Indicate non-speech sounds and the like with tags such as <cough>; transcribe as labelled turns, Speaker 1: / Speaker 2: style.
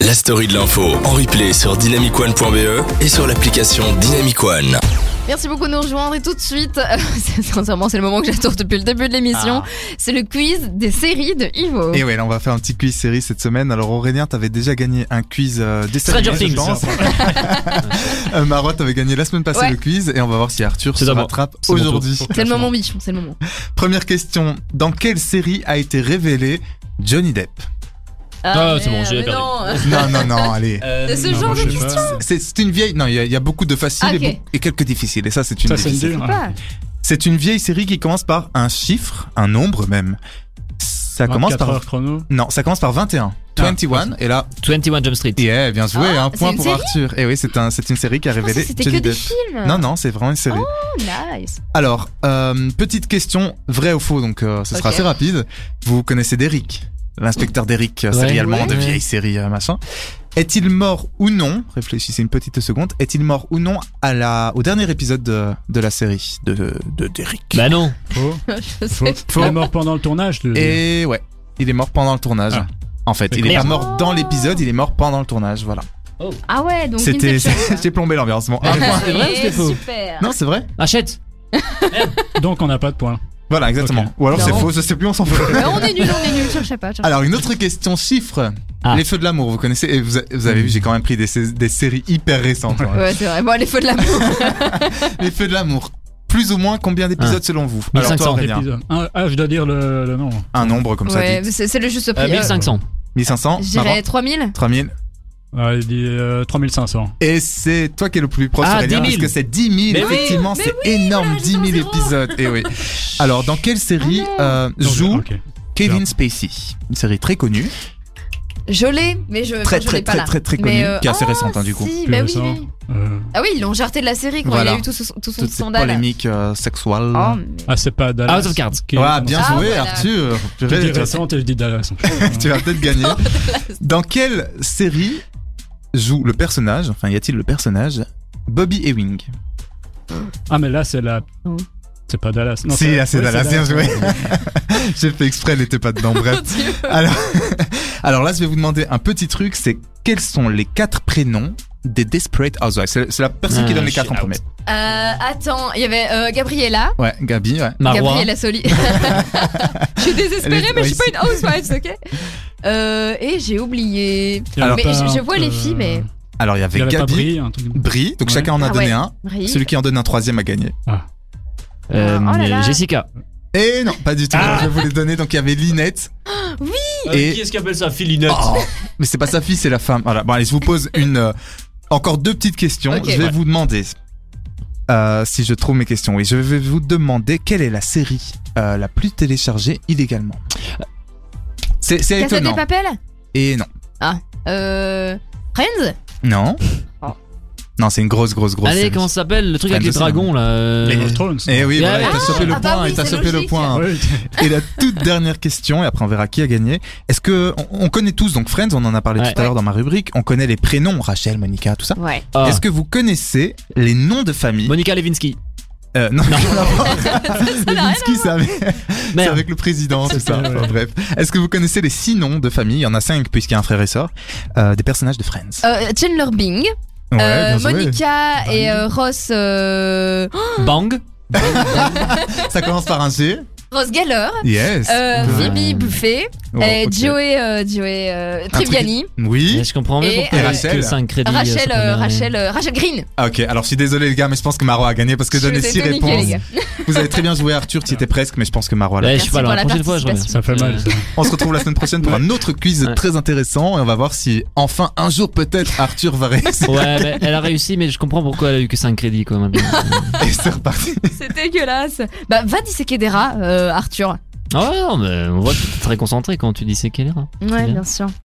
Speaker 1: la story de l'info en replay sur dynamicone.be E et sur l'application Dynamicone.
Speaker 2: Merci beaucoup de nous rejoindre et tout de suite, c'est- sincèrement c'est le moment que j'attends depuis le début de l'émission, c'est le quiz des séries de Ivo.
Speaker 3: Et ouais, là, on va faire un petit quiz série cette semaine. Alors, Aurélien, t'avais déjà gagné un quiz euh, des
Speaker 4: Stranger
Speaker 3: séries, je
Speaker 4: Things.
Speaker 3: pense. <laughs> Euh, Marotte avait gagné la semaine passée
Speaker 2: Ouais.
Speaker 3: le quiz et on va voir si Arthur
Speaker 4: C'est
Speaker 3: se
Speaker 4: à moi.
Speaker 3: rattrape
Speaker 4: C'est mon tour.
Speaker 3: aujourd'hui.
Speaker 2: C'est le moment bichon, c'est le moment.
Speaker 3: Première question. Dans quelle série a été révélé
Speaker 2: <laughs>
Speaker 3: Johnny Depp
Speaker 4: Ah, c'est bon,
Speaker 2: merde,
Speaker 4: j'ai
Speaker 2: mais
Speaker 4: perdu.
Speaker 2: non.
Speaker 3: Non, non, non, allez.
Speaker 4: Euh,
Speaker 2: De ce
Speaker 4: non,
Speaker 2: genre
Speaker 4: moi,
Speaker 2: de
Speaker 4: je sais pas.
Speaker 3: C'est c'est une vieille. Non, il y, a- il y a beaucoup de faciles
Speaker 2: Ah,
Speaker 3: et
Speaker 2: ok.
Speaker 3: beaucoup- et, quelques difficiles. Et ça, c'est une
Speaker 5: Ça, c'est
Speaker 3: difficile.
Speaker 5: dur.
Speaker 2: Pas.
Speaker 3: C'est une vieille série qui commence par un chiffre, un nombre même. Ça commence
Speaker 5: 24
Speaker 3: par.
Speaker 5: heures chrono.
Speaker 3: Non, ça commence par 21.
Speaker 5: Ah,
Speaker 3: 21, et là,
Speaker 4: 21 Jump Street.
Speaker 3: Yeah, bien joué,
Speaker 2: Ah,
Speaker 3: un
Speaker 2: c'est
Speaker 3: point
Speaker 2: une
Speaker 3: pour
Speaker 2: série
Speaker 3: Arthur. Et oui, c'est un, c'est une série qui a
Speaker 2: Je pensais
Speaker 3: révélé
Speaker 2: que c'était que
Speaker 3: Johnny
Speaker 2: des
Speaker 3: Depp.
Speaker 2: films.
Speaker 3: Non, non, c'est vraiment une série.
Speaker 2: Oh, nice.
Speaker 3: Alors, euh, petite question, vrai ou faux, donc euh, ce sera
Speaker 2: Ok.
Speaker 3: assez rapide. Vous connaissez Derrick, l'inspecteur Derrick, euh, série
Speaker 4: Ouais.
Speaker 3: allemande,
Speaker 2: Ouais.
Speaker 3: vieille série euh, machin. Est-il mort ou non Réfléchissez une petite seconde. Est-il mort ou non à la, au dernier épisode de, de la série de, de Derrick
Speaker 4: Bah non.
Speaker 5: Faux.
Speaker 2: Je
Speaker 5: Faux.
Speaker 2: sais.
Speaker 5: Faux. Il est mort pendant le tournage. le-
Speaker 3: Et ouais, il est mort pendant le tournage.
Speaker 5: Ah.
Speaker 3: En fait, il est pas
Speaker 4: Merde.
Speaker 3: mort dans l'épisode, il est mort pendant le tournage, voilà.
Speaker 2: Ah ouais, donc
Speaker 3: C'était, <laughs>
Speaker 2: Inception.
Speaker 3: j'ai plombé l'ambiance. Bon,
Speaker 2: <laughs>
Speaker 3: un
Speaker 4: Ouais.
Speaker 3: point.
Speaker 4: C'est vrai ou c'était faux
Speaker 2: Super.
Speaker 3: Non, c'est vrai
Speaker 4: Achète.
Speaker 5: Donc on n'a pas de points.
Speaker 3: Voilà, exactement.
Speaker 5: Ok.
Speaker 3: Ou alors
Speaker 2: Non.
Speaker 3: c'est faux, je sais plus, on s'en fout.
Speaker 2: Mais on est nul, on est nul, je sais pas. je sais pas.
Speaker 3: Alors, une autre question chiffre.
Speaker 4: Ah.
Speaker 3: Les Feux de l'amour, vous connaissez et vous, a- vous avez vu, j'ai quand même pris des, sé- des séries hyper récentes. hein.
Speaker 2: Ouais, c'est vrai. Bon, les feux de l'amour.
Speaker 3: Les Feux de l'amour. Plus ou moins combien d'épisodes selon vous Alors toi
Speaker 4: 1500.
Speaker 3: Aurélien,
Speaker 5: Épisode. Un- ah, je dois dire le, le nom.
Speaker 3: un nombre comme ça
Speaker 2: Ouais,
Speaker 3: dit.
Speaker 2: c'est c'est le juste prix.
Speaker 4: Euh, 1500.
Speaker 3: 1500,
Speaker 2: Je
Speaker 3: maman,
Speaker 2: dirais 3000.
Speaker 3: 3000.
Speaker 5: Ah, il dit euh, 3500.
Speaker 3: Et c'est toi qui es le plus proche
Speaker 4: Ah,
Speaker 3: Aurélien
Speaker 4: 10 000.
Speaker 3: parce que c'est 10 000,
Speaker 4: Mais oui,
Speaker 3: effectivement,
Speaker 2: mais
Speaker 3: c'est énorme,
Speaker 2: voilà,
Speaker 3: 10 000
Speaker 2: j'étais en zéro.
Speaker 3: épisodes. Et oui. Alors, dans quelle série
Speaker 2: Ah non.
Speaker 3: euh,
Speaker 5: Donc,
Speaker 3: joue
Speaker 5: ok.
Speaker 3: Kevin Spacey Une série très connue,
Speaker 2: Je l'ai, mais je. enfin,
Speaker 3: très
Speaker 2: Euh, je l'ai
Speaker 3: très
Speaker 2: pas
Speaker 3: très
Speaker 2: là.
Speaker 3: très très
Speaker 2: Mais,
Speaker 3: connue,
Speaker 2: euh,
Speaker 3: qui est assez
Speaker 2: ah,
Speaker 3: récente hein, du coup.
Speaker 2: Si,
Speaker 5: Plus
Speaker 2: bah oui,
Speaker 5: récent.
Speaker 2: oui.
Speaker 5: Euh,
Speaker 2: Ah oui, ils l'ont jarté de la série quand
Speaker 3: Voilà.
Speaker 2: il a eu tout, ce- tout son
Speaker 3: Toute cette
Speaker 2: scandale.
Speaker 3: polémique euh, sexuelle.
Speaker 2: Oh, mais-
Speaker 5: ah, c'est pas Dallas.
Speaker 4: House of Cards.
Speaker 5: qui est-
Speaker 3: Ouais, bien
Speaker 2: Ah,
Speaker 3: joué,
Speaker 2: voilà.
Speaker 3: Arthur.
Speaker 5: Je
Speaker 3: Purée,
Speaker 5: dis
Speaker 3: tu, <laughs> vas,
Speaker 5: récente et je dis Dallas.
Speaker 3: tu vas peut-être gagner. Dans quelle série joue le personnage, enfin y a-t-il le personnage, Bobby Ewing
Speaker 5: ah, mais là, c'est la.
Speaker 2: Oh.
Speaker 5: C'est pas Dallas. Non,
Speaker 3: Si, là, c'est
Speaker 5: ouais,
Speaker 3: Dallas, bien joué. J'ai fait exprès, elle n'était pas dedans,
Speaker 2: <laughs>
Speaker 3: bref. Alors, <laughs> alors là, je vais vous demander un petit truc, c'est quels sont les quatre prénoms des Desperate Housewives C'est c'est la personne qui
Speaker 4: Ah,
Speaker 3: donne les
Speaker 4: je
Speaker 3: quatre en
Speaker 4: suis out.
Speaker 3: premier.
Speaker 2: Euh, attends, il y avait euh, Gabriella.
Speaker 3: Ouais, Gabi, ouais.
Speaker 4: Marois.
Speaker 2: Gabriella
Speaker 3: <laughs>
Speaker 2: Soli. je suis désespérée,
Speaker 3: Elle est-
Speaker 2: mais je suis
Speaker 3: ouais,
Speaker 2: pas une housewife, ok euh, Et j'ai oublié.
Speaker 5: Il y
Speaker 3: <laughs>
Speaker 5: a
Speaker 3: Alors,
Speaker 2: mais
Speaker 5: pas
Speaker 2: je,
Speaker 5: un
Speaker 2: je vois
Speaker 3: euh,
Speaker 2: les
Speaker 5: truc,
Speaker 2: filles, mais.
Speaker 3: Alors, il y
Speaker 5: Il y
Speaker 3: avait
Speaker 5: avait pas
Speaker 3: Gabi,
Speaker 5: Brie, un truc.
Speaker 3: Brie, donc
Speaker 5: Ouais.
Speaker 3: chacun en a
Speaker 2: Ah
Speaker 3: donné
Speaker 2: ouais.
Speaker 3: un.
Speaker 2: Marie.
Speaker 3: Celui qui en donne un troisième a gagné.
Speaker 4: Euh,
Speaker 2: Oh là là.
Speaker 4: Jessica.
Speaker 3: Et non, pas du tout. Je vais vous les donner. Donc il y avait Linette. Et-
Speaker 4: est-ce Euh, qui appelle ça Filinette
Speaker 3: Oh, mais c'est pas sa fille, c'est la femme. Voilà. Bon, allez, je vous pose une, euh, encore deux petites questions.
Speaker 2: Ok.
Speaker 3: Je vais
Speaker 4: Ouais.
Speaker 3: vous demander euh, si je trouve mes questions. Oui, je vais vous demander quelle est la série euh, la plus téléchargée illégalement. C'est
Speaker 2: Casa
Speaker 3: c'est
Speaker 2: des
Speaker 3: étonnant.
Speaker 2: Papel
Speaker 3: Et non,
Speaker 2: Euh. Friends
Speaker 3: non,
Speaker 2: Oh.
Speaker 3: non, c'est une grosse, grosse, grosse.
Speaker 4: Allez,
Speaker 3: série.
Speaker 4: comment ça s'appelle Le truc avec les
Speaker 3: Friends,
Speaker 4: dragons là. euh,
Speaker 5: Game of Thrones.
Speaker 3: Eh oui,
Speaker 4: Ah,
Speaker 3: voilà, il t'a
Speaker 4: ah,
Speaker 3: chopé le
Speaker 2: ah bah
Speaker 3: point,
Speaker 2: oui,
Speaker 3: il t'a
Speaker 2: c'est
Speaker 3: chopé le
Speaker 2: logique.
Speaker 3: point.
Speaker 5: Ouais,
Speaker 3: Et la toute dernière question, et après on verra qui a gagné. Est-ce que on, on connaît tous donc Friends, on en a parlé
Speaker 4: Ouais.
Speaker 3: tout à l'heure dans ma rubrique, on connaît les prénoms Rachel, Monica, tout ça.
Speaker 2: Ouais.
Speaker 4: ah,
Speaker 3: Est-ce que vous connaissez les noms de famille
Speaker 4: Monica Lewinsky.
Speaker 3: Euh, Non,
Speaker 4: <laughs> Non.
Speaker 3: Lewinsky, c'est avec, c'est
Speaker 4: Merde.
Speaker 3: avec le président, tout ça.
Speaker 5: Ouais, ouais.
Speaker 3: Enfin, bref. Est-ce que vous connaissez les six noms de famille Il y en a cinq puisqu'il y a un frère et sœur euh, des personnages de Friends.
Speaker 2: Euh, Chandler Bing,
Speaker 3: Ouais,
Speaker 2: euh,
Speaker 3: bien joué. Bah
Speaker 2: Monica et euh, Ross. euh, oh,
Speaker 4: Bang.
Speaker 3: Ça commence par un G.
Speaker 2: Ross Geller,
Speaker 3: Yes.
Speaker 2: euh,
Speaker 4: Ouais.
Speaker 2: Phoebe Buffet,
Speaker 3: Oh,
Speaker 2: et
Speaker 3: ok.
Speaker 2: Joey, euh, Joey euh, Triviani,
Speaker 3: Oui.
Speaker 4: Je comprends
Speaker 2: Et,
Speaker 4: mieux pourquoi
Speaker 2: euh,
Speaker 4: il y a
Speaker 3: Rachel.
Speaker 4: que 5 crédits. euh, sur
Speaker 2: Rachel,
Speaker 4: le
Speaker 2: euh,
Speaker 4: premier.
Speaker 2: Rachel, euh, Rachel Green.
Speaker 3: Ah, ok. Alors je suis désolé les gars, mais je pense que Maro a gagné parce que
Speaker 2: Je
Speaker 3: j'ai donné
Speaker 2: vous ai
Speaker 3: six
Speaker 2: tout niqué,
Speaker 3: réponses.
Speaker 2: les gars.
Speaker 3: Vous avez très bien joué Arthur, tu étais presque, mais je pense que Maro a la
Speaker 4: Ouais, je
Speaker 2: Merci
Speaker 4: suis pas
Speaker 2: pour
Speaker 4: là.
Speaker 2: la
Speaker 4: La prochaine fois, je reviens.
Speaker 5: ça fait
Speaker 3: Euh,
Speaker 5: mal. ça.
Speaker 3: On se retrouve la semaine prochaine pour un autre quiz
Speaker 4: Ouais.
Speaker 3: très intéressant et on va voir si enfin un jour peut-être Arthur
Speaker 2: <laughs>
Speaker 3: va réussir.
Speaker 4: Ouais, bah, elle a réussi, mais je comprends pourquoi elle a eu que 5 crédits quoi maintenant.
Speaker 3: Et c'est reparti.
Speaker 2: C'est dégueulasse. Bah, va disséquer des rats, euh, Arthur.
Speaker 4: Ah ouais, non, mais on voit que t'es très concentré quand tu dis c'est quelle heure.
Speaker 2: Ouais,
Speaker 4: bien.
Speaker 2: bien sûr.